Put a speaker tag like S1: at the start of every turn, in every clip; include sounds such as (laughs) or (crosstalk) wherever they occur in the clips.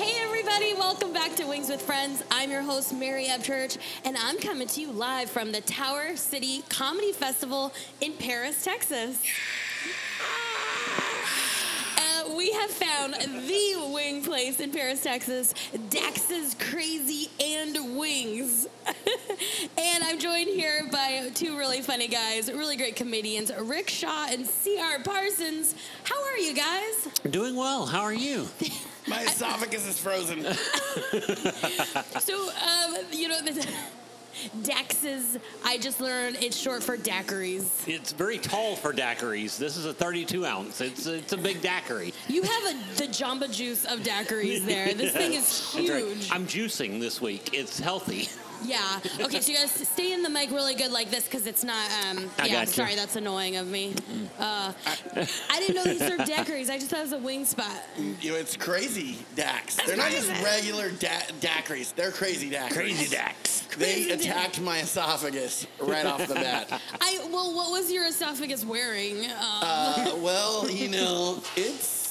S1: everybody. Welcome back to Wings with Friends. I'm your host, Mary Church, and I'm coming to you live from the Tower City Comedy Festival in Paris, Texas. Uh, we have found the wing place in Paris, Texas, Dax's Crazy and Wings. (laughs) and I'm joined here by two really funny guys, really great comedians, Rick Shaw and C.R. Parsons. How are you guys?
S2: Doing well. How are you?
S3: My esophagus is frozen.
S1: So, um, you know, (laughs) this, Dax's, I just learned it's short for daiquiris.
S2: It's very tall for daiquiris. This is a 32 ounce. It's it's a big daiquiri.
S1: You have a, the jamba juice of daiquiris there. This thing is
S2: That's right.
S1: huge.
S2: I'm juicing this week. It's healthy.
S1: Yeah. Okay, so you guys stay in the mic really good like this because it's not, um,
S2: I
S1: yeah,
S2: gotcha.
S1: sorry, that's annoying of me. Uh, I didn't know they served daiquiris. I just thought it was a wing spot.
S3: you know, it's crazy Dax. They're not just regular da- daiquiris. They're crazy daiquiris.
S2: Dax.
S3: They
S1: Crazy Dax.
S3: attacked my esophagus right off the bat.
S1: I Well, what was your esophagus wearing? Um,
S3: Uh, well, you know, it's.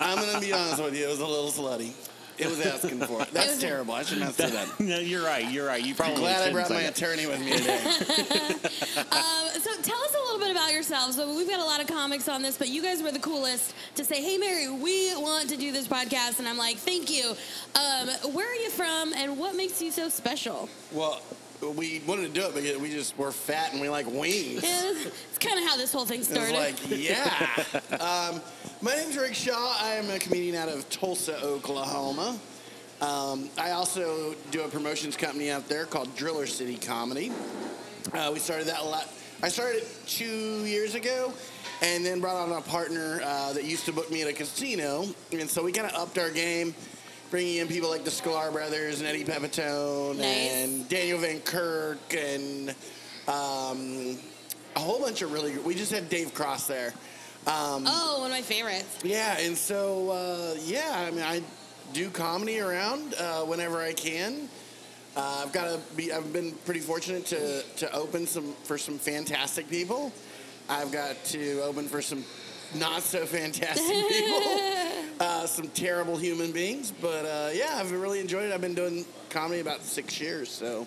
S3: I'm gonna be honest with you. It was a little slutty. It was asking for it. That's
S1: was-
S3: terrible. I shouldn't have said that.
S2: no, you're right. You're right. You
S3: I'm
S2: probably
S3: glad I
S2: shouldn't
S3: brought
S2: say
S3: my
S2: that.
S3: attorney with me today.
S1: Um, So tell us a little bit about yourselves. So we've got a lot of comics on this, but you guys were the coolest to say, "Hey, Mary, we want to do this podcast," and I'm like, "Thank you." Um, where are you from, and what makes you so special?
S3: Well, we wanted to do it because we just were fat and we like wings.
S1: Yeah, it's kind of how this whole thing
S3: It's
S1: started.
S3: like, yeah. um, my name's Rick Shaw. I am a comedian out of Tulsa, Oklahoma. Um, I also do a promotions company out there called Driller City Comedy. Uh, we started that a lot. I started it two years ago, and then brought on a partner uh, that used to book me at a casino, and so we kind of upped our game, bringing in people like the Sklar brothers and Eddie Pepitone
S1: Nice.
S3: and Daniel Van Kirk and um, a whole bunch of really. We just had Dave Cross there. Um,
S1: oh, one of my favorites.
S3: yeah, and so uh, yeah, I mean, I do comedy around uh, whenever I can. Uh, I've got to be. I've been pretty fortunate to to open some for some fantastic people. I've got to open for some not so fantastic people, uh, some terrible human beings. But uh, yeah, I've really enjoyed it. I've been doing comedy about six years, so.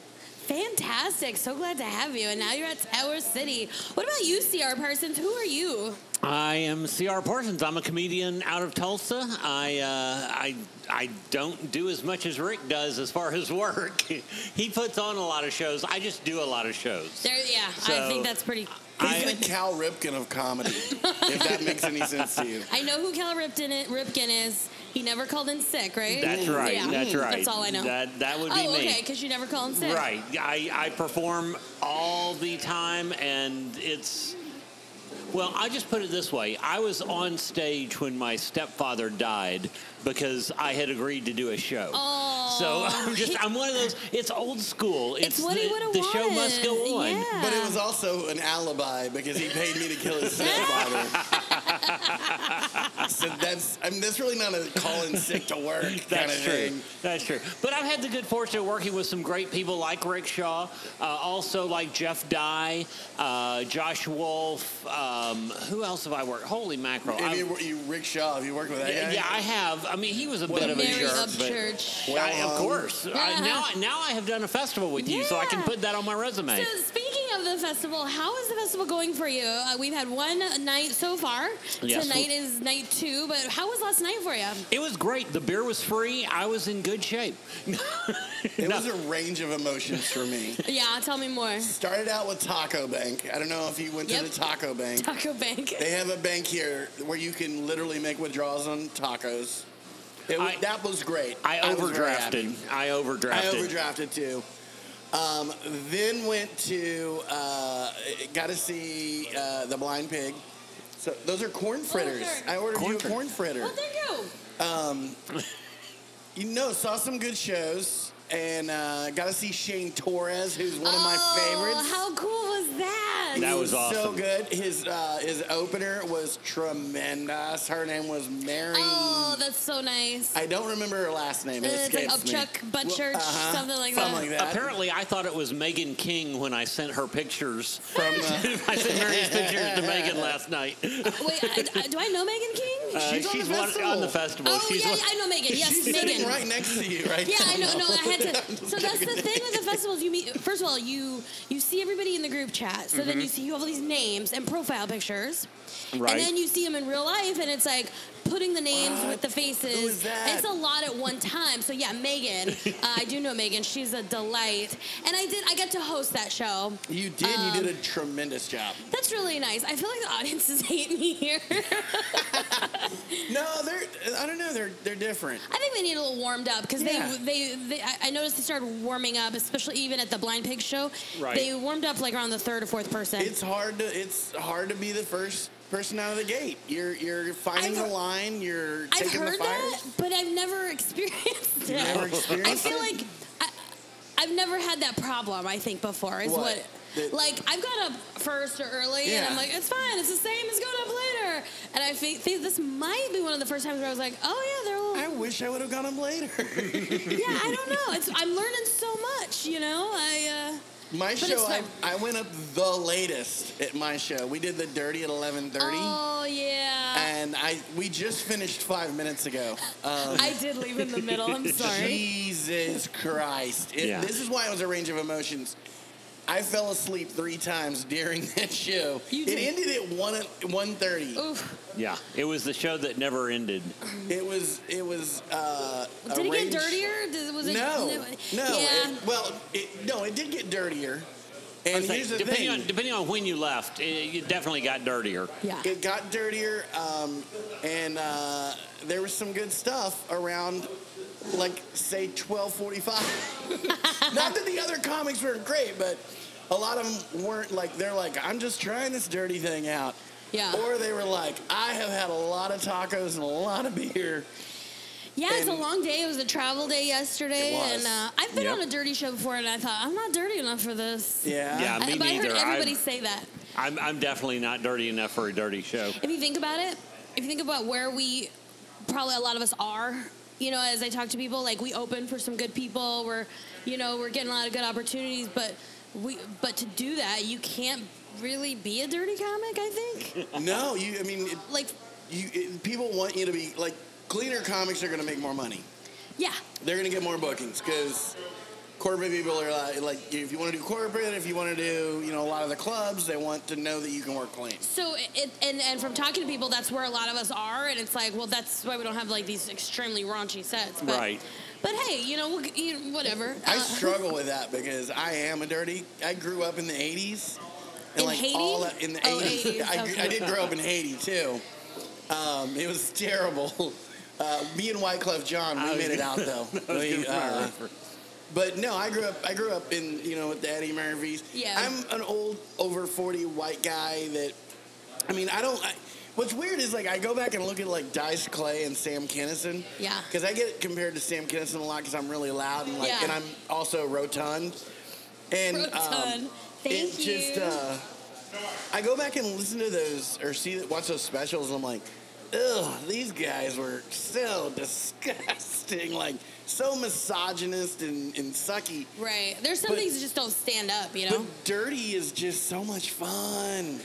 S1: Fantastic! So glad to have you. And now you're at Tower City. What about you, Cr Parsons? Who are you?
S2: I am C.R. Parsons. I'm a comedian out of Tulsa. I, uh, I, I don't do as much as Rick does as far as work. (laughs) he puts on a lot of shows. I just do a lot of shows.
S1: There, yeah, I
S2: So,
S1: think that's pretty.
S3: He's
S2: I-
S3: the Cal Ripken of comedy, if that makes any sense to you.
S1: I know who Cal Ripken i- Ripken is. He never called in sick, right?
S2: That's right.
S1: Yeah, Mm.
S2: That's right.
S1: That's all I know.
S2: That, that would be
S1: oh,
S2: me.
S1: okay, because you never call in sick.
S2: Right. I, I perform all the time, and it's. Well, I just put it this way. I was on stage when my stepfather died because I had agreed to do a show.
S1: Aw.
S2: So (laughs) I'm just, I'm one of those, it's old school. It's,
S1: what
S2: the,
S1: he would've
S2: The show must go on.
S1: wanted. Yeah.
S3: But it was also an alibi because he paid me to
S1: (laughs)
S3: kill his stepfather. so that's I mean that's really not a call in sick to work kind of
S2: That's true.
S3: thing.
S2: That's true. But I've had the good fortune of working with some great people like Rick Shaw, uh, also like Jeff Dye, uh, Josh Wolf. Um, who else have I worked? Holy mackerel!
S3: If
S2: I've-
S3: you, you Rick Shaw, if you work with that
S2: Yeah,
S3: guy,
S2: yeah, I have. I mean, he was a
S3: What
S2: bit
S3: a
S2: of a
S1: Mary
S2: jerk. but-
S1: Upchurch.
S3: Well,
S2: I- of
S3: um,
S2: course. I, now, now I have done a festival with you, so I can
S1: Yeah.
S2: put that on my resume.
S1: So speaking of the festival, how is the festival going for you? Uh, we've had one night so far.
S2: Yes.
S1: Tonight is night two, but how was last night
S3: (laughs)
S1: for you?
S2: it was great. The beer was free. I was in good shape.
S3: it was a range of emotions for me.
S1: Yeah, tell me more.
S3: Started out with Taco Bank. I don't know if you went
S1: Yep.
S3: to the Taco Bank.
S1: Taco Bank.
S3: They have a bank here where you can literally make withdrawals on tacos. It, wa-
S2: I-
S3: that was great.
S2: I
S3: was very happy.
S2: overdrafted. I overdrafted.
S3: I overdrafted too. Um, then went to uh, got to see uh, the Blind Pig. So those are corn fritters.
S1: sure.
S3: I ordered
S2: Corn
S3: you a
S2: fritters.
S3: corn fritter.
S1: (laughs) Well, there you go.
S3: You know, saw some good shows and uh, got to see Shane Torres, who's one of my
S1: Oh,
S3: favorites.
S1: How cool was that? Yes.
S2: That was
S3: So
S2: awesome.
S3: good. His uh, his opener was tremendous. Her name was Mary.
S1: Oh, that's so nice.
S3: I don't remember her last name. It
S1: Uh, it's like
S3: escapes me.
S1: Upchuck, Bunchurch,
S3: uh-huh.
S1: something like that.
S3: Something like that.
S2: Apparently, I thought it was Megan King when I sent her pictures.
S3: From, uh,
S2: I sent Mary's pictures to Megan last night.
S1: Wait, I, do I know Megan
S3: (laughs)
S1: King?
S2: Uh,
S3: She's on the
S2: one-
S3: festival.
S2: on the festival.
S1: oh,
S2: she's
S1: yeah,
S2: one-
S1: I know Megan. Yes,
S3: she's
S1: Megan.
S3: sitting right next to you right
S1: Yeah,
S3: now.
S1: I know. No, I had
S3: (laughs)
S1: to.
S3: Just
S1: So that's the
S3: kidding.
S1: thing with the festivals. You meet first of all, you you see everybody in the group chat. So
S3: Mm-hmm.
S1: then you see you have all these names and profile pictures,
S2: Right.
S1: and then you see them in real life, and it's like putting the names with the faces.
S3: Who is that?
S1: It's a lot at one time. So yeah, Megan. uh, I do know Megan. She's a delight, and I did. I got to host that show.
S3: You did. you did a tremendous job.
S1: That's really nice. I feel like the audiences (laughs) hate me here.
S3: No, they're. I don't know. They're they're different.
S1: I think they need a little warmed up because
S3: Yeah.
S1: they, they, they, I I noticed they started warming up, especially even at the Blind Pig show.
S2: Right.
S1: They warmed up like around the third or fourth person.
S3: It's hard to it's hard to be the first person out of the gate. You're you're finding
S1: I've-
S3: the line. You're
S1: I've
S3: taking
S1: heard
S3: the fire.
S1: that, but I've never (laughs) experienced it.
S3: never
S1: I
S3: experienced
S1: feel
S3: it?
S1: like I, I've never had that problem. I think before is
S3: What?
S1: what.
S3: That-
S1: like I've got up first or early, and
S3: Yeah.
S1: I'm like, it's fine, it's the same as going up later. And I think, think this might be one of the first times where I was like, oh yeah, they're a little
S3: I wish I would have gone up later.
S1: (laughs)
S3: (laughs)
S1: yeah, I don't know. It's I'm learning so much, you know. I uh,
S3: my
S1: But
S3: show,
S1: it's
S3: I,
S1: fun.
S3: I went up the latest at my show. We did the dirty at eleven
S1: uh,
S3: thirty,
S1: oh yeah,
S3: and I we just finished five minutes ago. Um,
S1: I did leave in the middle.
S3: (laughs)
S1: I'm sorry.
S3: Jesus Christ! It-
S2: Yeah.
S3: This is why it was a range of emotions. I fell asleep three times during (laughs) that show.
S1: You
S3: it
S1: did. Oh.
S3: ended at one one thirty.
S1: Oof.
S2: yeah, it was the show that never ended.
S3: It was it was. Uh, a
S1: Did it get
S3: range-
S1: dirtier? Did, was it
S3: No, no.
S1: Yeah.
S3: it- well, it, no, it did get dirtier. And
S2: It's like,
S3: here's the
S2: depending
S3: thing:
S2: on depending on when you left, it, it definitely got dirtier.
S1: yeah.
S3: it got dirtier, um, and uh, there was some good stuff around, like say 12:45. (laughs) Not that the other comics were great, but a lot of them weren't. Like they're like, I'm just trying this dirty thing out.
S1: Yeah.
S3: Or they were like, I have had a lot of tacos and a lot of beer.
S1: Yeah, it's a
S3: And-
S1: long day. It was a travel day yesterday,
S3: It was.
S1: and uh, I've been
S2: Yep.
S1: on a dirty show before, and I thought I'm not dirty enough for this.
S3: Yeah.
S2: Yeah.
S1: I,
S2: me
S1: but I heard
S2: neither.
S1: everybody
S2: I've-
S1: say that.
S2: I'm I'm definitely not dirty enough for a dirty show.
S1: If you think about it, if you think about where we, probably a lot of us are. You know, as I talk to people, like we open for some good people. We're, you know, we're getting a lot of good opportunities, but we, but to do that, you can't really be a dirty comic. I think.
S3: No, you. I mean, it,
S1: like,
S3: you. It, people want you to be like cleaner comics are going to make more money.
S1: yeah,
S3: they're gonna get more bookings because corporate people are like, like if you want to do corporate, if you want to do you know a lot of the clubs, they want to know that you can work clean.
S1: So it, and and from talking to people, that's where a lot of us are, and it's like, well, that's why we don't have like these extremely raunchy sets, but,
S2: Right.
S1: But hey, you know, we'll, you know, whatever.
S3: I
S1: Uh,
S3: struggle with that because I am a dirty. I grew up in the '80s. And
S1: In
S3: like
S1: Haiti?
S3: all that in the
S1: Oh,
S3: 80s,
S1: 80s,
S3: (laughs) I, gr- I
S1: okay.
S3: did grow up in Haiti too. Um, it was (laughs) terrible. Uh, me and Wyclef John,
S2: (laughs)
S3: we
S2: I was
S3: made it
S1: (laughs)
S3: out though. We, uh, But no, I grew up. I grew up in you know with the Eddie Murphys.
S1: Yeah.
S3: I'm an old, over forty white guy that, I mean, I don't. I, what's weird is like I go back and look at like Dice Clay and Sam Kinison.
S1: (laughs) Yeah.
S3: Because I get compared to Sam Kinison a lot because I'm really loud and like,
S1: Yeah.
S3: and I'm also rotund. (laughs) And um,
S1: Proton. Thank
S3: it
S1: you.
S3: just uh, I go back and listen to those or see watch those specials and I'm like, ugh, these guys were so disgusting, (laughs) like so misogynist and, and sucky.
S1: right. There's some
S3: but-
S1: things that just don't stand up, you know.
S3: But dirty is just so much fun.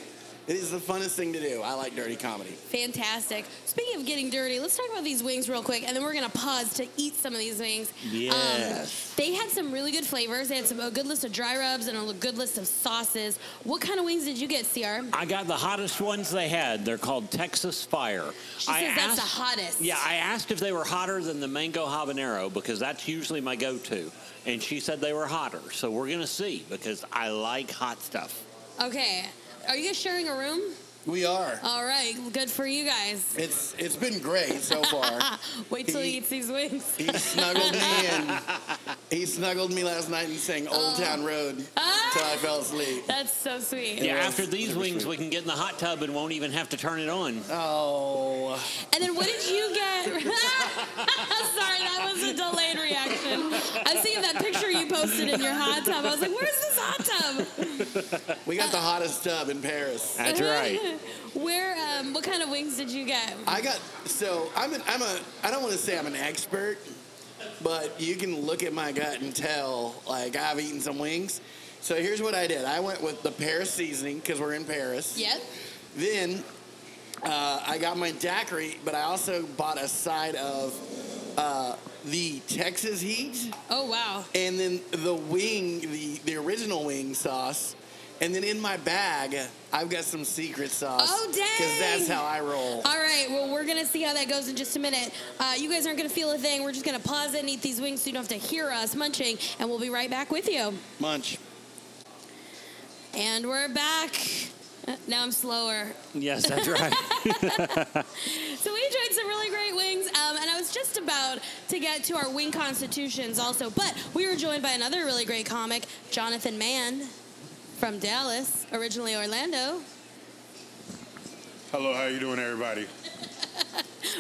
S3: It is the funnest thing to do. I like dirty comedy.
S1: Fantastic. Speaking of getting dirty, let's talk about these wings real quick, and then we're gonna pause to eat some of these wings.
S3: Yes.
S1: Um, they had some really good flavors. They had some a good list of dry rubs and a good list of sauces. What kind of wings did you get, Cr?
S2: I got the hottest ones they had. They're called Texas Fire.
S1: She
S2: I
S1: says that's the
S2: asked-
S1: hottest.
S2: Yeah, I asked if they were hotter than the mango habanero because that's usually my go-to, and she said they were hotter. So we're gonna see because I like hot stuff.
S1: Okay. Are you guys sharing a room?
S3: We are.
S1: All right. Good for you guys.
S3: It's it's been great
S1: (laughs)
S3: so far.
S1: Wait till he
S3: He-
S1: eats these wings. (laughs)
S3: he snuggled me and he snuggled me last night and sang Old
S1: Oh.
S3: Town Road till
S1: Ah!
S3: I fell asleep.
S1: That's so sweet.
S2: Yeah,
S3: Yeah.
S2: after these wings, we can get in the hot tub and won't even have to turn it on.
S3: Oh.
S1: And then what did you (laughs) get? Sorry, that was a delayed reaction. I'm seeing that picture you posted in your hot tub. I was like, where's this hot tub?
S3: We got the hottest tub in Paris.
S2: That's right.
S1: Where, um, what kind of wings did you get?
S3: I got so I'm an, I'm a I don't want to say I'm an expert, but you can look at my gut and tell like I've eaten some wings. So here's what I did. I went with the Paris seasoning because we're in Paris.
S1: Yep.
S3: Then uh, I got my daiquiri, but I also bought a side of uh, the Texas heat.
S1: Oh, wow.
S3: and then the wing, the, the original wing sauce. And then in my bag, I've got some secret sauce.
S1: Oh, dang.
S3: Because that's how I roll.
S1: All right, well, we're going to see how that goes in just a minute. Uh, you guys aren't going to feel a thing. We're just going to pause it and eat these wings so you don't have to hear us munching, and we'll be right back with you.
S3: Munch.
S1: And we're back. Uh, Now I'm slower.
S2: Yes, that's
S1: (laughs)
S2: right.
S1: So we enjoyed some really great wings, um, and I was just about to get to our wing constitutions also, but we were joined by another really great comic, Jonathan Mann from Dallas, originally Orlando.
S4: Hello, how you doing, everybody?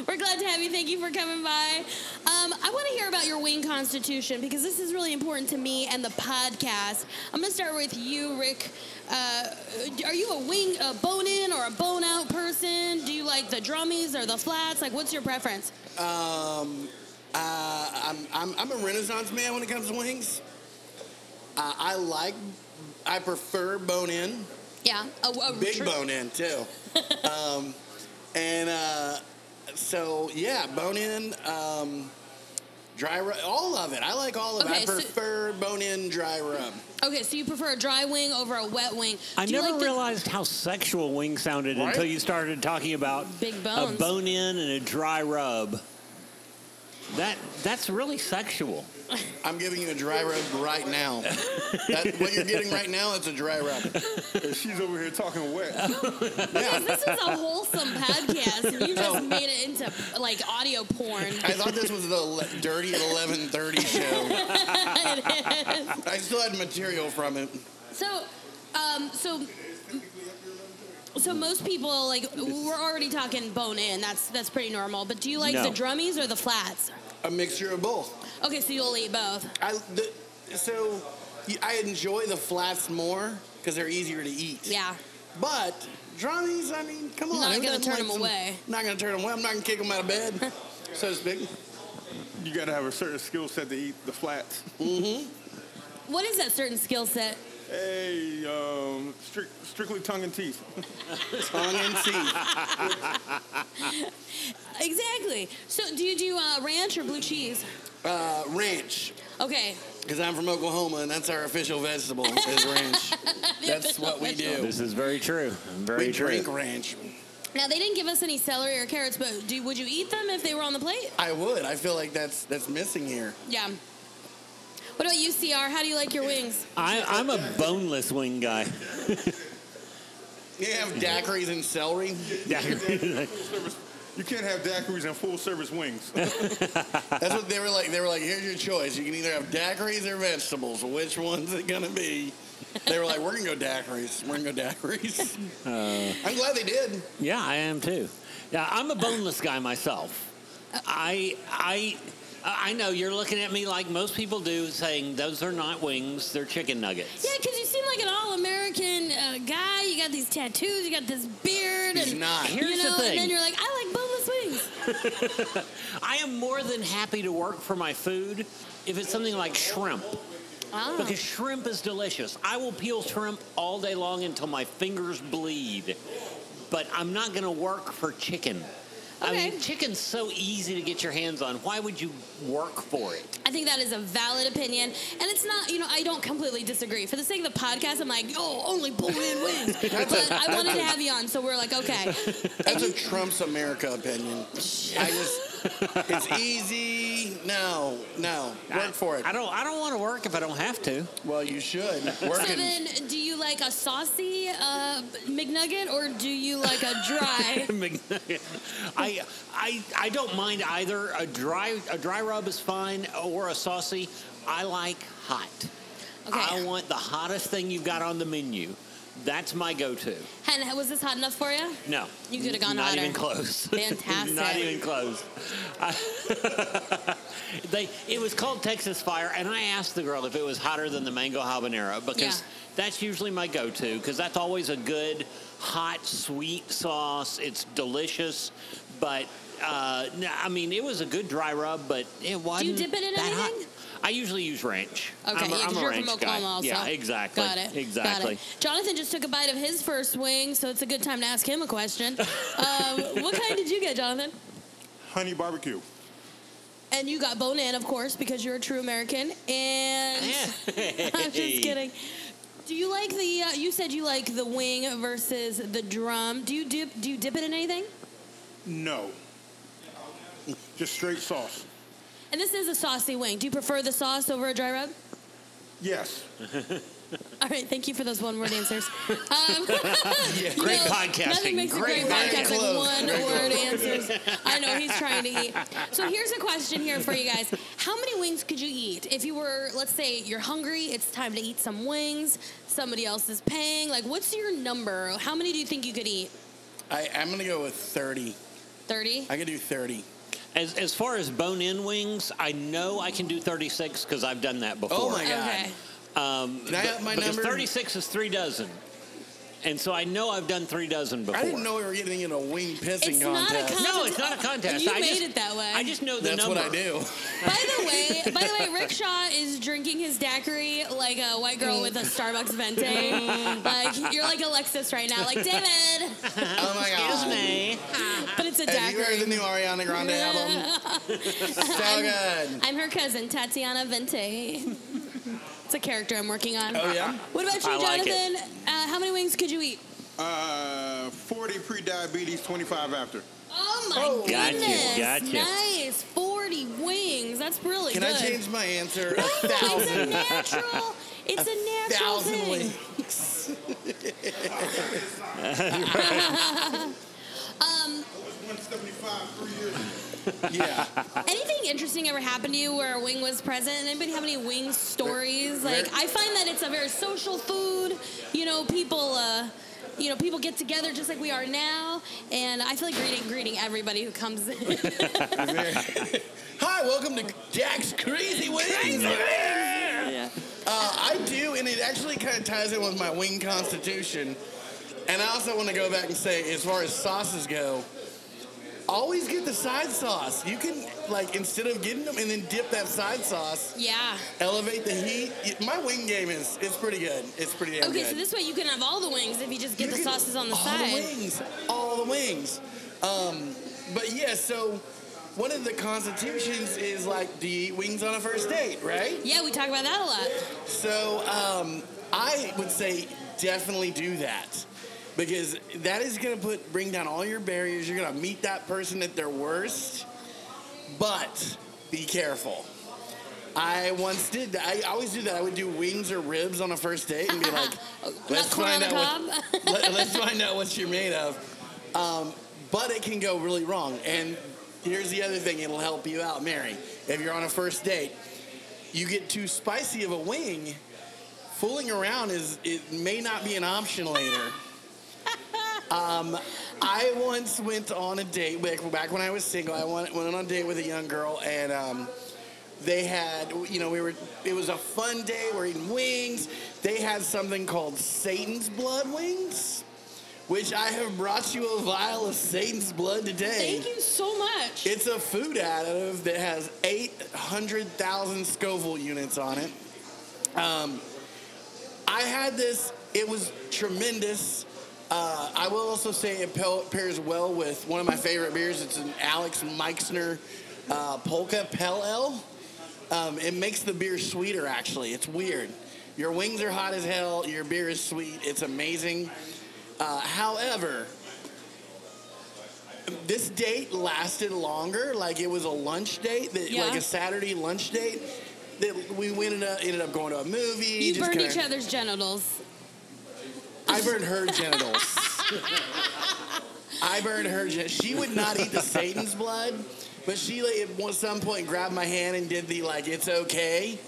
S1: We're glad to have you. Thank you for coming by. Um, I want to hear about your wing constitution because this is really important to me and the podcast. I'm going to start with you, Rick. Uh, are you a wing, a bone in or a bone out person? Do you like the drummies or the flats? Like, what's your preference?
S3: Um, uh, I'm, I'm, I'm a renaissance man when it comes to wings. Uh, I like, I prefer bone in,
S1: Yeah, a, a
S3: big
S1: tr-
S3: bone in
S1: (laughs)
S3: too. um, and uh, so, yeah, bone in, um, dry rub, all of it. I like all of
S1: Okay,
S3: it. I
S1: so-
S3: prefer bone in, dry rub.
S1: Okay, so you prefer a dry wing over a wet wing.
S2: I
S1: Do you
S2: never
S1: like the-
S2: realized how sexual wing sounded
S4: Right?
S2: until you started talking about
S1: Big
S2: a
S1: bones.
S2: bone in and a dry rub. That that's really sexual.
S3: I'm giving you a dry rub right now. That, what you're getting right now, it's a dry rub.
S4: And Uh, She's over here talking wet.
S1: Guys, this is a
S2: (laughs)
S1: wholesome podcast, and you just made it into like audio porn.
S3: I thought this was the le- dirty
S1: (laughs)
S3: 11:30 show.
S1: It is.
S3: I still had material from it.
S1: So, um, so, so most people like we're already talking bone in. That's that's pretty normal. But do you like
S2: No.
S1: the drummies or the flats?
S3: A mixture of both.
S1: Okay, so you'll eat both.
S3: I the, so y- I enjoy the flats more because they're easier to eat.
S1: Yeah.
S3: But drummies, I mean, come on.
S1: Not
S3: who
S1: gonna
S3: doesn't
S1: turn
S3: like
S1: 'em away.
S3: Not gonna turn them away. I'm not gonna kick them out of bed, so to
S1: (laughs)
S3: speak.
S4: You gotta have a certain skill set to eat the flats.
S1: What is that certain skill set?
S4: Hey, um, strict, strictly tongue and teeth.
S3: Tongue and teeth.
S1: Exactly. So, do you do uh, ranch or blue cheese?
S3: Uh, ranch.
S1: Okay.
S3: Because I'm from Oklahoma, and that's our official
S1: (laughs)
S3: vegetable is ranch. that's what we do.
S2: This is very true. Very
S3: We
S2: true.
S3: drink ranch.
S1: Now they didn't give us any celery or carrots, but do would you eat them if they were on the plate?
S3: I would. I feel like that's that's missing here.
S1: Yeah. What about you, CR? How do you like your wings?
S2: I, I'm a boneless wing (laughs) guy.
S3: You have daiquiris and celery.
S4: Service- You can't have daiquiris and full service wings.
S3: That's what they were like. They were like, "Here's your choice. You can either have daiquiris or vegetables. Which one's it gonna be?" They were like, "We're gonna go daiquiris. We're gonna go daiquiris." I'm glad they did.
S2: Yeah, I am too. Yeah, I'm a boneless guy myself. I I I know you're looking at me like most people do, saying those are not wings; they're chicken nuggets.
S1: Yeah, because you seem like an all-American uh, guy. You got these tattoos. You got this beard.
S3: He's
S1: and,
S3: not.
S1: You
S2: Here's the
S1: know,
S2: thing.
S1: and then you're like, I like boneless wings.
S2: I am more than happy to work for my food if it's something like shrimp,
S1: Ah.
S2: because shrimp is delicious. I will peel shrimp all day long until my fingers bleed, but I'm not going to work for chicken. I
S1: Okay.
S2: mean, chicken's so easy to get your hands on. Why would you work for it?
S1: I think that is a valid opinion, and it's not. You know, I don't completely disagree. For the sake of the podcast, I'm like, oh, only bone-in wings.
S2: (laughs)
S1: but I wanted to have you on, so we're like, okay.
S3: That's a Trump's America opinion. I just, it's easy. No, no, work for it.
S2: I don't. I don't want to work if I don't have to. (laughs)
S3: Well, you should.
S1: So
S3: Working.
S1: then, do you like a saucy uh, McNugget or do you like a dry?
S2: (laughs) McNugget. I, I I don't mind either. A dry a dry rub is fine, or a saucy. I like hot.
S1: Okay.
S2: I want the hottest thing you've got on the menu. That's my go-to.
S1: And was this hot enough for you?
S2: No.
S1: You could have gone
S2: Not
S1: hotter.
S2: even close. (laughs)
S1: Fantastic.
S2: Not even close. I- (laughs) they, it was called Texas Fire, and I asked the girl if it was hotter than the mango habanero because
S1: Yeah.
S2: that's usually my go-to because that's always a good hot sweet sauce. It's delicious, but uh, no, I mean it was a good dry rub, but it wasn't.
S1: dip it in
S2: that hot.
S1: anything?
S2: I usually use ranch.
S1: Okay,
S2: I'm a,
S1: yeah,
S2: I'm
S1: 'cause
S2: a
S1: you're
S2: ranch
S1: from Oklahoma
S2: guy.
S1: also.
S2: Yeah, exactly.
S1: Got it.
S2: Exactly.
S1: Got it. (laughs) Jonathan just took a bite of his first swing, so it's a good time to ask him a question.
S2: (laughs)
S1: um, what kind did you get, Jonathan?
S4: Honey barbecue.
S1: And you got bone in, of course, because you're a true American. And (laughs) I'm just kidding. Do you like the? Uh, you said you like the wing versus the drum. Do you dip? Do you dip it in anything?
S4: No. Just straight sauce.
S1: And this is a saucy wing. Do you prefer the sauce over a dry rub?
S4: Yes.
S1: All right, thank you for those one-word
S2: (laughs)
S1: answers. Um, (laughs)
S2: Great
S1: no,
S2: podcasting.
S1: Nothing makes a
S2: Great
S1: great
S3: podcasting.
S1: podcast like
S3: Close.
S1: one-word answers. I know he's trying to
S2: (laughs)
S1: eat. So here's a question here for you guys: How many wings could you eat if you were, let's say, you're hungry? It's time to eat some wings. Somebody else is paying. Like, what's your number? How many do you think you could eat?
S3: I, I'm gonna go with 30.
S1: Thirty.
S3: I can do 30.
S2: As, as far as bone in wings, I know I can do 36 because I've done that before.
S3: Oh my God.
S1: Okay.
S2: Um,
S3: Can I
S2: be-
S3: have my
S2: because
S3: number?
S2: 36 is three dozen. And so I know I've done three dozen before.
S3: I didn't know we were getting in a wing pissing
S1: It's not a
S3: contest.
S1: con-
S2: No, it's not a contest.
S1: You
S2: I
S1: made
S2: just,
S1: it that way.
S2: I just know the
S3: That's
S2: number.
S3: what I do.
S1: By the way, by the
S2: (laughs)
S1: way, Rickshaw is drinking his daiquiri like a white girl with a
S2: Mm.
S1: Starbucks venti. like you're like Alexis right now, like David,
S3: Oh my
S2: Excuse
S3: God.
S2: me.
S1: but it's a
S3: Have you heard
S1: daiquiri.
S3: the new Ariana Grande album?
S1: (laughs)
S3: So good.
S1: I'm her cousin, Tatiana Vente. It's a character I'm working on.
S3: Oh yeah.
S1: What about you,
S2: I like it.
S1: Jonathan? uh, how many wings could you eat?
S4: Uh, 40 pre-diabetes, 25 after.
S1: Oh my
S3: Oh.
S2: Got you,
S1: goodness!
S2: got you.
S1: Nice, forty wings. That's really
S3: Can
S1: good.
S3: I change my answer?
S1: No,
S3: A
S1: it's a
S3: thousand.
S1: natural. It's a natural
S3: Thousand
S1: thing.
S3: wings.
S4: I was 175 three years
S3: Yeah.
S1: Anything interesting ever happened to you where a wing was present? Anybody have any wing stories?
S3: Very-
S1: Like I find that it's a very social food. You know, people. Uh, you know, people get together just like we are now, and I feel like greeting greeting everybody who comes in.
S3: (laughs) Hi, welcome to Jack's Crazy Wings. Uh, I do, and it actually kind of ties in with my wing constitution. And I also want to go back and say, as far as sauces go, always get the side sauce. You can, like, instead of getting them and then dip that side sauce,
S1: yeah.
S3: elevate the heat. Y- My wing game is it's pretty good. It's pretty damn
S1: Okay,
S3: good.
S1: so this way you can have all the wings if you just get
S3: You
S1: the
S3: can-
S1: sauces on the
S3: all
S1: side.
S3: the wings, all the wings. Um, but yeah, so one of the constitutions is like, do you eat wings on a first date, right?
S1: yeah, we talk about that a lot.
S3: So um, I would say definitely do that because that is going to put bring down all your barriers. You're going to meet that person at their worst, but be careful. I once did that. I always do that. I would do wings or ribs on a first date and
S1: (laughs)
S3: be like,
S1: Not
S3: let's
S1: corn on
S3: find
S1: the
S3: out what,
S1: cob. (laughs)
S3: let, us find out what you're made of. Um, but it can go really wrong. And here's the other thing it'll help you out, Mary. If you're on a first date, you get too spicy of a wing, fooling around is it may not be an option later. um, I once went on a date back, back when I was single. I went, went on a date with a young girl and. Um, they had, you know, we were. It was a fun day. We're eating wings. They had something called Satan's blood wings, which I have brought you a vial of Satan's blood today.
S1: Thank you so much.
S3: It's a food additive that has 800,000 Scoville units on it. Um, I had this, it was tremendous. Uh, I will also say it pa- pairs well with one of my favorite beers. It's an Alex Meixner uh, Polka Pell Ale. Um, it makes the beer sweeter, actually. It's weird. Your wings are hot as hell, your beer is sweet, it's amazing. Uh, however, this date lasted longer. Like it was a lunch date, that,
S1: Yeah.
S3: like a Saturday lunch date. That we ended up ended up going to a movie.
S1: you
S3: just
S1: burned
S3: kinda-
S1: each other's genitals.
S3: I burned her genitals. I burned her. Gen- she would not eat the Satan's blood, but she like, at one- some point grabbed my hand and did the like, "It's okay."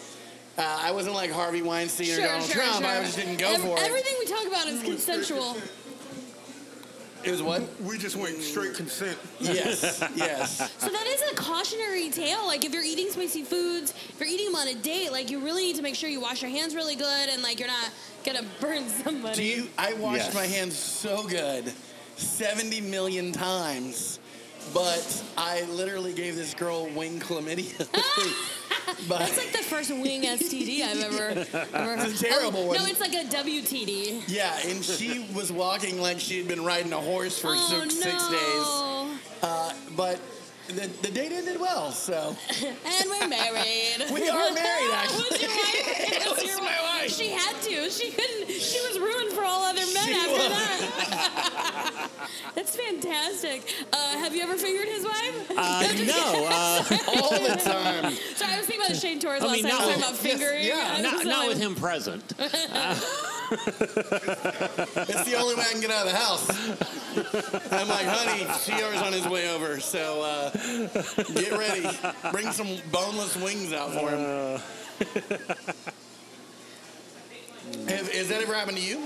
S3: Uh, I wasn't like Harvey Weinstein
S1: Sure,
S3: or Donald
S1: sure,
S3: Trump.
S1: sure.
S3: I just didn't go
S1: Ev-
S3: for it.
S1: Everything we talk about
S3: (laughs)
S1: is consensual.
S3: It was what?
S4: We just went straight consent.
S3: yes, (laughs) yes.
S1: So that is a cautionary tale. Like if you're eating spicy foods, if you're eating them on a date, like you really need to make sure you wash your hands really good and like you're not gonna (laughs) burn
S3: Do
S1: somebody.
S3: you? I washed
S2: Yes.
S3: my hands so good, seventy million times, but I literally gave this girl wing chlamydia. (laughs)
S1: (laughs)
S3: but
S1: That's like the first wing STD I've ever. ever
S3: (laughs) It's a terrible
S1: Oh,
S3: one.
S1: No, it's like a WTD.
S3: yeah, and (laughs) she was walking like she had been riding a horse for
S1: oh
S3: six,
S1: no!
S3: six days. Uh, but the, the date ended well, so
S1: And we're married.
S3: (laughs) We are married, actually.
S1: (laughs) Was your wife? was your
S3: (laughs) It was my wife.
S1: She had to. She couldn't. She was ruined for all other men
S3: She
S1: after
S3: was.
S1: that. (laughs) That's fantastic. Uh, have you ever fingered his wife?
S2: (laughs) Uh, no, (laughs) uh,
S3: all the time.
S1: Sorry, I was thinking about Shane Torres
S2: I
S1: last
S2: mean,
S1: time. I was
S2: no.
S1: talking
S3: (laughs)
S1: about fingering.
S3: yeah,
S1: I
S2: not,
S1: was
S2: not
S1: like-
S2: with him (laughs) present.
S3: It's the only way I can get out of the house. I'm like, honey, CR's on his way over, so uh, get ready. Bring some boneless wings out for him. Have, has that ever happened to you?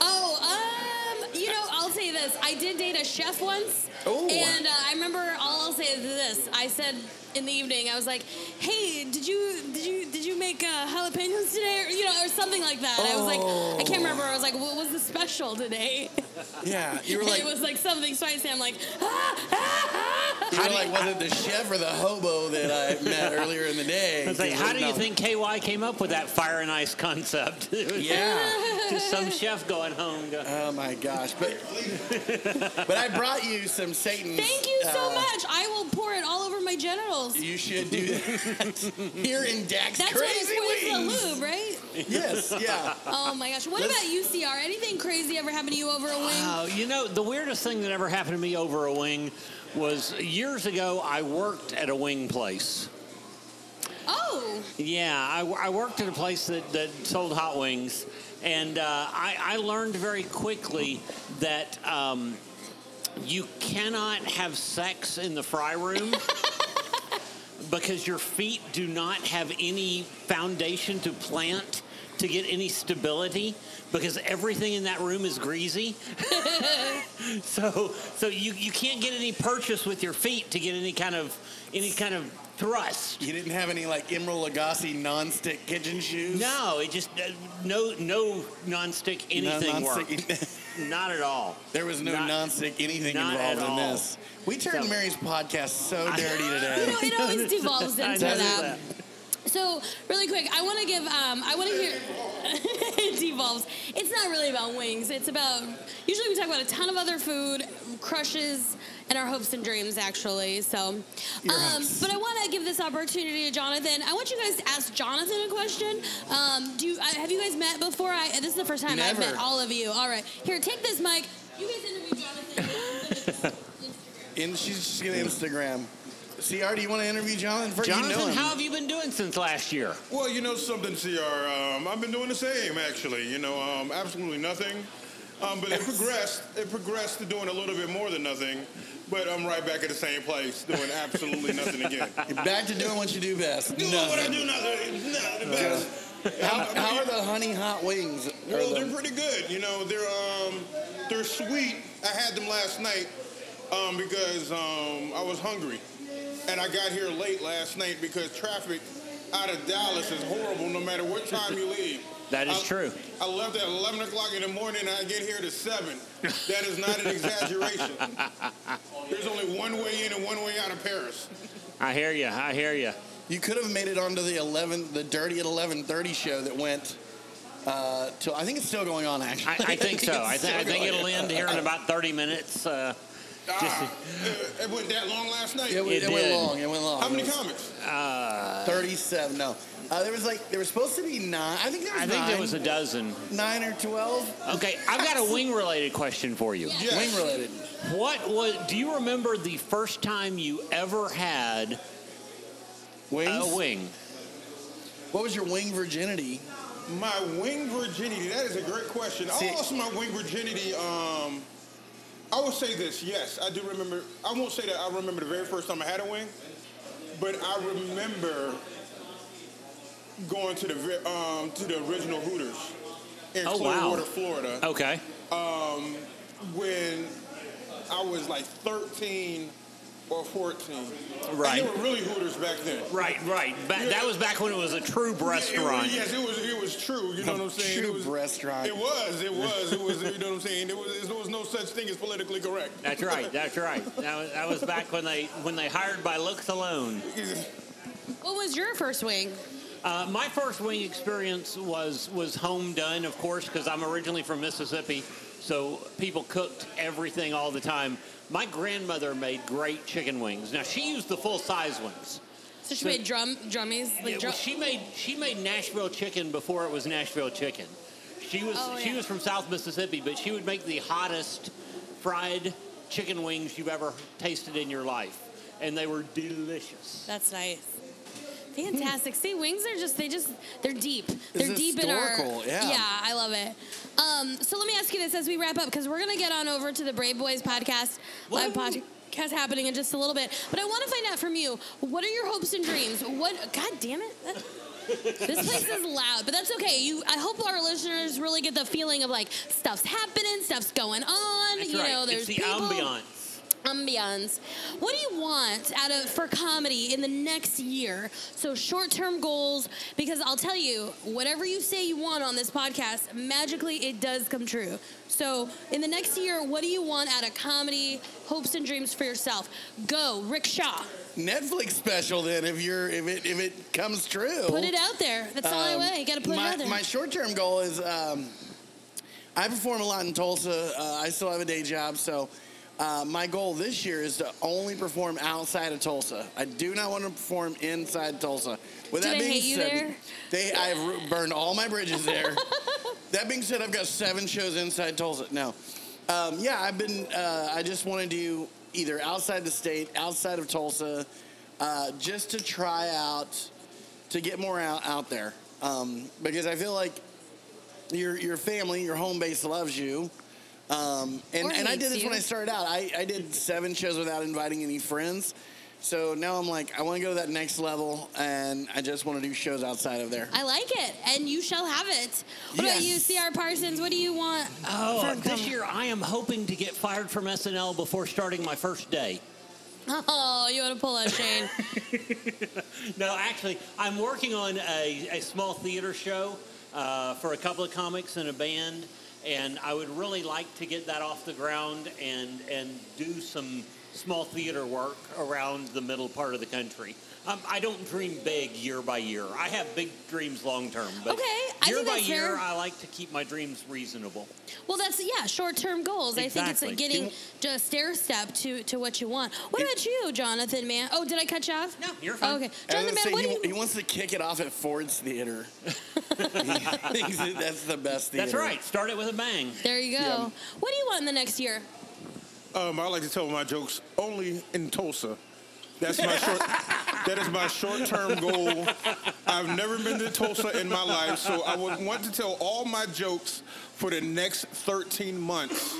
S1: Oh, um, you know, I'll say this. I did date a chef once.
S3: Ooh.
S1: And uh, I remember all I'll say is this. I said in the evening, I was like, "Hey, did you did you did you make uh, jalapenos today, or you know, or something like that?" I was like, I can't remember. I was like, "What was the special today?"
S3: Yeah, you Oh. were
S1: And
S3: like,
S1: it was like something spicy. I'm like, "Ah,
S3: you were like, was it the chef or the hobo that I met earlier in the day?
S2: I was like,
S3: Because
S2: how
S3: I
S2: do
S3: don't
S2: you
S3: know.
S2: think KY came up with that fire and ice concept? (laughs) It was
S3: Yeah.
S2: just (laughs) some chef going home. Go,
S3: (laughs) Oh my gosh, but (laughs) but I brought you some Satan's.
S1: "Thank you so
S3: uh,
S1: much. I will pour it all over my genitals."
S3: You should do that (laughs) here in Dax
S1: That's what it's
S3: Crazy
S1: with the
S3: Wings.
S1: lube, right?
S3: Yes, yeah.
S1: Oh my gosh. What
S3: Let's- Ah.
S1: about you, CR? Anything crazy ever happened to you over a wing?
S2: Uh, you know, the weirdest thing that ever happened to me over a wing was years ago, I worked at a wing place.
S1: Oh,
S2: Yeah, I, I worked at a place that, that sold hot wings, and uh, I, I learned very quickly that um, you cannot have sex in the fry room. Because your feet do not have any foundation to plant to get any stability, because everything in that room is greasy. so, so you, you can't get any purchase with your feet to get any kind of any kind of thrust.
S3: You didn't have any like Emerald Lagasse nonstick kitchen shoes.
S2: No, it just uh, no no nonstick
S3: No
S2: anything
S3: nonstick-
S2: worked. Not at all.
S3: (laughs) there was no
S2: Not-
S3: nonstick anything
S2: not
S3: involved
S2: at
S3: in
S2: all.
S3: this. We turned
S2: So-
S3: Mary's podcast so dirty
S1: you (laughs)
S3: today.
S1: know, it
S2: (laughs)
S1: always
S3: (laughs)
S1: devolves
S2: I
S1: into
S2: know
S1: that. So, really quick, I want to give, um, I want to hear, (laughs) it devolves. It's not really about wings. It's about, usually we talk about a ton of other food, crushes, and our hopes and dreams, actually. So, um,
S3: hopes.
S1: but I want to give this opportunity to Jonathan. I want you guys to ask Jonathan a question. Um, do you, I, Have you guys met before? I, this is the first time I've
S3: Never.
S1: met all of you. All right. Here, take this mic. You guys interview Jonathan.
S3: and she's just gonna Instagram. CR, do you want to interview Jonathan first? You know
S2: Jonathan,
S3: him.
S2: how have you been doing since last year?
S4: Well, you know something, CR. Um, I've been doing the same, actually. You know, um, absolutely nothing. Um, but it progressed. It progressed to doing a little bit more than nothing. But I'm right back at the same place, doing absolutely nothing again.
S3: You're back to doing what you do best.
S4: Doing
S3: Nothing.
S4: what I do nothing. Nah, the best.
S3: How, how are the honey hot wings? Are
S4: Well, they're
S3: the-
S4: pretty good. You know, they're um, they're sweet. I had them last night um, because um, I was hungry, and I got here late last night because traffic out of Dallas is horrible. No matter what time you leave.
S2: That is
S4: I-
S2: true.
S4: I left at 11 o'clock in the morning and I get here to 7. That is not an exaggeration. There's only one way in and one way out of Paris.
S2: I hear you. I hear you.
S3: You could have made it onto the eleven, the dirty at eleven thirty show that went. Uh, till I think it's still going on actually.
S2: I, (laughs) I think so.
S3: (laughs) it's
S2: I, th- I
S3: still
S2: think
S3: going
S2: it'll
S3: on.
S2: end here in about 30 minutes. Uh,
S4: Ah, it, it went that long last night.
S3: It, w-
S2: It
S3: it went
S2: did.
S3: long. It went long.
S4: How many
S3: It was
S4: comments?
S2: uh,
S3: Thirty-seven. No, uh, there was like there was supposed to be nine. I think there
S2: I
S3: was
S2: think
S3: nine,
S2: there was a dozen.
S3: nine or twelve
S2: Okay, I've
S1: (laughs)
S2: got a wing related question for you.
S4: Yes.
S3: wing related.
S2: What was? Do you remember the first time you ever had
S3: Wings.
S2: a wing?
S3: What was your wing virginity?
S4: My wing virginity. That is a great question.
S3: See-
S4: I lost my wing virginity. Um, I will say this. Yes, I do remember. I won't say that I remember the very first time I had a wing, but I remember going to the vi- um, to the original Hooters in
S2: Oh, wow.
S4: Clearwater, Florida.
S2: Okay.
S4: um, when I was like 13 or 14.
S2: Right.
S4: And they were really Hooters back then.
S2: Right, right. Ba- That was back when it was a true restaurant.
S4: It was, yes, it was. It was
S2: (laughs)
S4: true. You know what I'm saying?
S3: True
S4: it was,
S3: restaurant.
S4: It was. It was. It was. You know what I'm saying? There was, there was no such thing as politically correct.
S2: That's right. That's right. That was, that was back when they when they hired by looks alone.
S1: What was your first wing?
S2: Uh, my first wing experience was was home done, of course, because I'm originally from Mississippi, so people cooked everything all the time. My grandmother made great chicken wings. Now she used the full size ones.
S1: So she made drum drummies, like
S2: Yeah,
S1: drum.
S2: well, she made she made Nashville chicken before it was Nashville chicken. She was
S1: Oh,
S2: she
S1: yeah.
S2: was from South Mississippi, but she would make the hottest fried chicken wings you've ever tasted in your life, and they were delicious.
S1: That's nice. Fantastic. See, wings are just they just they're deep. They're deep in
S3: historical,
S1: our
S3: yeah.
S1: I love it. Um, so let me ask you this as we wrap up because we're gonna get on over to the Brave Boys podcast live
S2: Woo!
S1: podcast happening in just a little bit. But I want to find out from you what are your hopes and dreams? What? God damn it. that- this place is loud, but that's okay. You, I hope our listeners really get the feeling of like stuff's happening, stuff's going on.
S2: That's
S1: you
S2: right.
S1: know, there's
S2: it's the
S1: people
S2: ambiance.
S1: ambiance. What do you want out of for comedy in the next year? So short-term goals, because I'll tell you, whatever you say you want on this podcast, magically it does come true. So in the next year, what do you want out of comedy, hopes and dreams for yourself? Go, Rick Shaw.
S3: Netflix special then if you're if it if it comes true.
S1: Put it out there. That's all I
S3: Um,
S1: way. You gotta put
S3: my,
S1: it out there.
S3: My short-term goal is um, I perform a lot in Tulsa. Uh, I still have a day job, so uh, my goal this year is to only perform outside of Tulsa. I do not want to perform inside Tulsa. With
S1: Do they
S3: that being
S1: hate you
S3: said,
S1: there?
S3: they I've ru- burned all my
S1: (laughs)
S3: bridges there. that being said, I've got seven shows inside Tulsa. No, um, yeah, I've been. Uh, I just want to do either outside the state, outside of Tulsa, uh, just to try out to get more out, out there um, because I feel like your your family, your home base loves you. Um, and
S1: Or
S3: and I
S1: hates
S3: did this when
S1: you.
S3: I started out. I, I did seven shows without inviting any friends. So now I'm like, I want to go to that next level, and I just want to do shows outside of there.
S1: I like it, and you shall have it. What about you,
S3: Yes.
S1: C.R. Parsons? What do you want?
S2: Oh,
S1: for
S2: this
S1: com-
S2: year I am hoping to get fired from SNL before starting my first day.
S1: (laughs) Oh, you want to pull out Shane?
S2: No, actually, I'm working on a, a small theater show uh, for a couple of comics and a band, and I would really like to get that off the ground and and do some small theater work around the middle part of the country. Um, I don't dream big year by year. I have big dreams long term, but
S1: Okay, I
S2: year
S1: think
S2: by
S1: that's
S2: year,
S1: fair.
S2: I like to keep my dreams reasonable.
S1: Well, that's yeah, short-term goals. I think
S2: Exactly.
S1: it's getting a stair step to to what you want. What about you, Jonathan? Man, oh, did I cut you off?
S2: No, you're fine.
S1: Oh, okay,
S3: I was
S1: Jonathan,
S3: gonna
S1: man,
S3: say,
S1: what do
S3: he,
S1: you?
S3: he wants to kick it off at
S1: (laughs)
S3: Ford's Theater. he thinks that that's the best theater.
S2: That's right. Start it with a bang.
S1: there you go.
S3: Yeah.
S1: What do you want in the next year?
S4: Um, I like to tell my jokes only in Tulsa. That's my (laughs) short. that is my short-term goal. I've never been to Tulsa in my life, so I would want to tell all my jokes for the next 13 months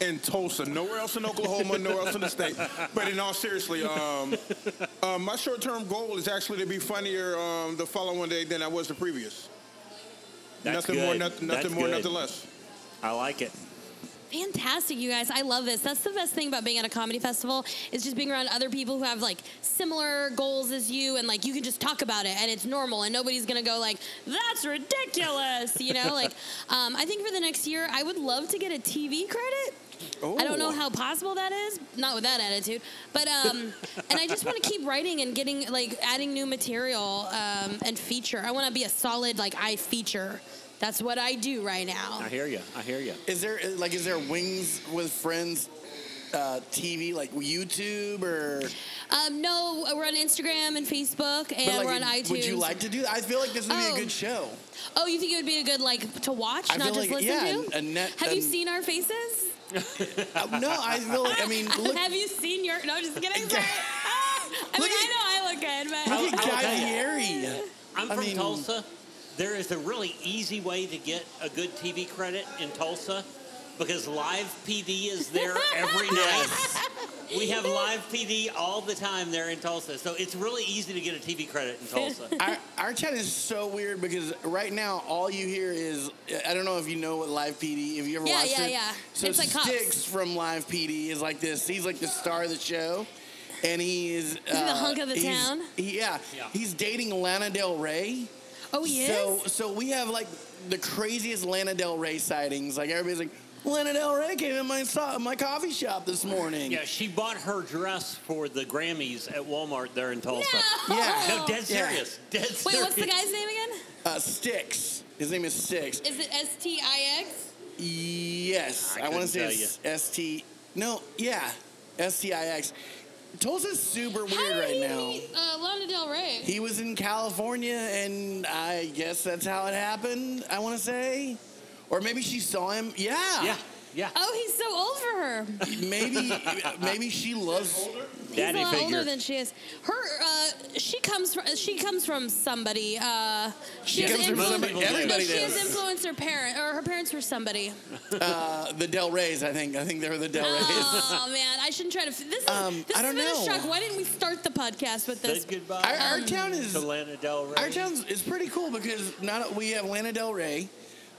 S4: in Tulsa. Nowhere else in Oklahoma, nowhere else in the state. But in all seriously, um, um, my short-term goal is actually to be funnier um, the following day than I was the previous.
S2: That's
S4: nothing more,
S2: good.
S4: nothing, nothing
S2: That's
S4: more,
S2: good.
S4: nothing less.
S2: I like it.
S1: Fantastic, you guys. I love this. That's the best thing about being at a comedy festival is just being around other people who have like similar goals as you and like you can just talk about it and it's normal and nobody's gonna go like, that's ridiculous, you know? like, um, I think for the next year, I would love to get a TV credit. I don't know
S3: Ooh.
S1: how possible that is, not with that attitude, but um, and I just want to keep writing and getting like adding new material um, and feature. I want to be a solid like I feature. That's what I do right now.
S2: I hear you. I hear you.
S3: Is there like is there Wings with Friends uh, TV like YouTube or?
S1: Um, no, we're on Instagram and Facebook,
S3: but,
S1: and
S3: like,
S1: we're on iTunes.
S3: Would you like to do? that? I feel like this would
S1: Oh.
S3: be a good show.
S1: Oh, you think it would be a good like to watch,
S3: I
S1: not
S3: feel
S1: just
S3: like-
S1: listen
S3: yeah,
S1: to?
S3: a net-
S1: Have you
S3: um,
S1: seen our faces?
S3: Uh, no, I feel like
S1: (laughs)
S3: I mean look.
S1: Have you seen your? No, just
S3: (laughs)
S1: kidding. Sorry. Ah, I mean,
S3: Look at-
S1: I know I look good, but
S3: Look at
S2: I'll
S3: Guy
S2: tell you.
S3: Fieri.
S2: I'm
S3: I
S2: from
S3: mean-
S2: Tulsa. There is a really easy way to get a good TV
S1: (laughs)
S3: (laughs)
S2: credit in Tulsa because live PD is there every night. We have live PD all the time there in Tulsa, so it's really easy to get a TV credit in Tulsa.
S3: (laughs) our, our chat is so weird because right now all you hear is I don't know if you know what Live PD if you ever
S1: Yeah,
S3: watched
S1: yeah,
S3: it.
S1: yeah.
S3: So
S1: It's like Cops.
S3: Sticks from Live PD is like this. He's like the star of the show, and he is
S1: (laughs)
S3: uh,
S1: the hunk of the
S3: he's-
S1: town?
S3: he- yeah,
S2: Yeah.
S3: he's dating Lana Del Rey.
S1: Oh, he
S3: So
S1: is?
S3: so we have like the craziest Lana Del Rey sightings. Like everybody's like. Lana Del Rey came in my so- my coffee shop this morning.
S2: Yeah, she bought her dress for the Grammys at Walmart there in Tulsa.
S1: No. (laughs)
S3: Yeah.
S2: No, dead
S3: Yeah.
S2: serious. Dead serious.
S1: Wait, what's the guy's name again?
S3: Uh, Sticks. His name is Sticks.
S1: Is it S T I X?
S3: Yes,
S2: I
S3: I, want
S2: couldn't
S3: to say
S2: tell
S3: it's S T. No, yeah, S T I X. Tulsa's super weird right now.
S1: Uh, Lana Del Rey.
S3: He was in California, and I guess that's how it happened. I want to say, or maybe she saw him. Yeah,
S2: Yeah, yeah.
S1: oh, he's so old for her.
S2: (laughs)
S3: Maybe, maybe she loves.
S1: He's
S2: Daddy
S1: a lot
S2: figure.
S1: older than she is. Her, uh, she comes from she comes from somebody. Uh, she, was
S3: comes from
S1: influ-
S3: somebody.
S2: people do.
S1: No,
S3: Everybody
S1: she was
S3: does.
S1: influenced her parent or her parents were
S3: (laughs)
S1: somebody.
S3: Uh, the Del Reys, I think. I think they were the Del Reys.
S1: Oh man, I shouldn't try to. This is
S3: Um,
S1: this
S3: I don't
S1: has been
S3: know.
S1: a shock. Why didn't we start the podcast with this?
S2: Said goodbye
S3: Our, our town is
S2: to Lana Del Rey.
S3: Our town's is pretty cool because not we have Lana Del Rey,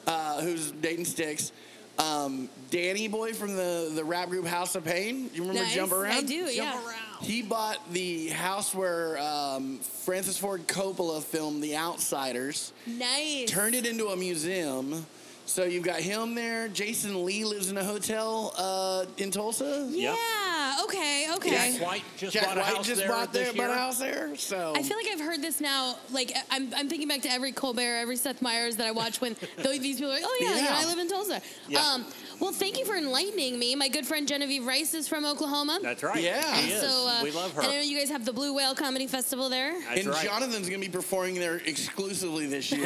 S3: uh, who's dating Sticks, um, Danny Boy from the the rap group House of Pain. You remember
S1: Nice.
S3: Jump Around?
S1: I do. yeah.
S3: He bought the house where um, Francis Ford Coppola filmed The Outsiders,
S1: Nice.
S3: turned it into a museum. So you've got him there. Jason Lee lives in a hotel uh, in Tulsa.
S1: Yeah.
S2: Yep.
S1: Okay. Okay.
S2: Jack White just
S3: Jack
S2: bought a
S3: White
S2: house
S3: just
S2: there
S3: bought
S2: this
S3: there, bought a
S2: year.
S3: house there. So
S1: I feel like I've heard this now. Like I- I'm, I'm thinking back to every Colbert, every Seth Meyers that I watch
S3: (laughs)
S1: when th- these people are like, oh yeah, you know,
S3: Yeah.
S1: I live in Tulsa.
S2: Yeah.
S1: Um, well, thank you for enlightening me. My good friend Genevieve Rice is from Oklahoma.
S2: That's right.
S3: Yeah.
S2: She
S1: And
S2: is. we love her.
S1: uh, And I know you guys have the Blue Whale Comedy Festival there.
S2: That's
S3: and
S2: right.
S3: Jonathan's going to be performing there exclusively
S2: (laughs)
S3: this year.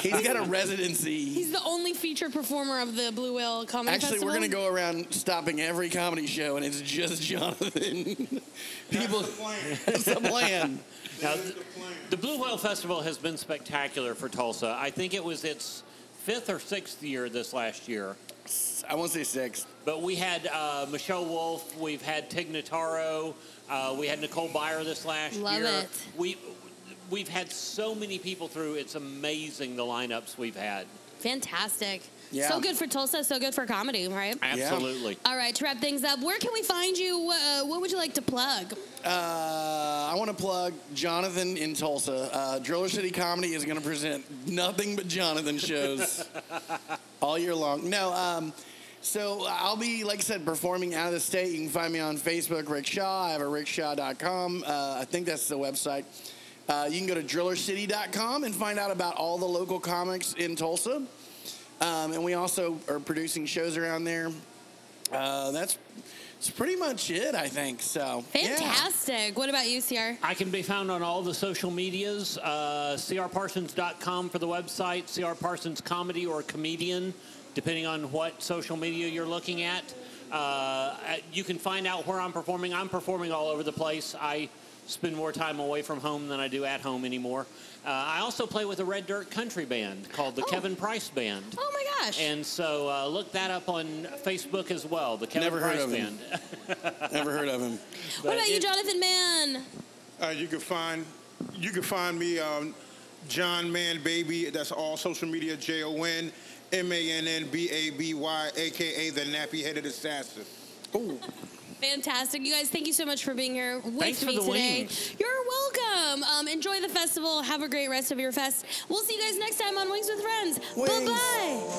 S3: He's got a residency.
S1: He's the only feature performer of the Blue Whale Comedy
S3: Actually,
S1: Festival.
S3: we're going to go around stopping every comedy show, and it's
S2: (laughs)
S3: just Jonathan. People,
S4: That's the plan.
S3: that's the plan.
S2: Now,
S4: That's
S2: th-
S4: the plan.
S2: The Blue Whale Festival has been spectacular for Tulsa. I think it was its fifth or sixth year this last year.
S3: I won't say six.
S2: But we had uh, Michelle Wolf, we've had Tig Notaro, uh, we had Nicole Byer this last
S1: Love
S2: year.
S1: it.
S2: We, we've had so many people through. It's amazing the lineups we've had.
S1: Fantastic.
S3: Yeah.
S1: So good for Tulsa. So good for comedy, right?
S2: Absolutely.
S1: All right. To wrap things up, where can we find you? Uh, what would you like to plug?
S3: Uh, I want to plug Jonathan in Tulsa. Uh, Driller City Comedy is going to present nothing but Jonathan shows all year long. No, um, so I'll be, like I said, performing out of the state. You can find me on Facebook, Rick Shaw. I have a rickshaw.com. Uh, I think that's the website. Uh, you can go to drillercity.com and find out about all the local comics in Tulsa. Um, and we also are producing shows around there. Uh, that's, that's pretty much it, I think. So yeah.
S1: Fantastic. What about you, CR?
S2: I can be found on all the social medias, uh, crparsons.com for the website, crparsons comedy or comedian, depending on what social media you're looking at. Uh, at- you can find out where I'm performing. I'm performing all over the place. I spend more time away from home than I do at home anymore. Uh, I also play with a Red Dirt country band called the
S1: Oh.
S2: Kevin Price Band.
S1: Oh my gosh.
S2: And so uh, look that up on Facebook as well, the Kevin
S3: Never heard
S2: Price
S3: of him.
S2: Band.
S3: Never heard of him.
S1: what about you,
S2: uh, it-
S1: Jonathan Mann?
S4: Uh, you can find you can find me um, John Man Baby. That's all social media. J O N M A N N B A B Y, aka the nappy headed assassin.
S1: Fantastic. You guys, thank you so much for being here with
S2: Thanks for
S1: me
S2: the
S1: today.
S2: wings.
S1: You're welcome. Um, enjoy the festival. Have a great rest of your fest. We'll see you guys next time on Wings with Friends.
S3: Wings.
S1: Bye bye.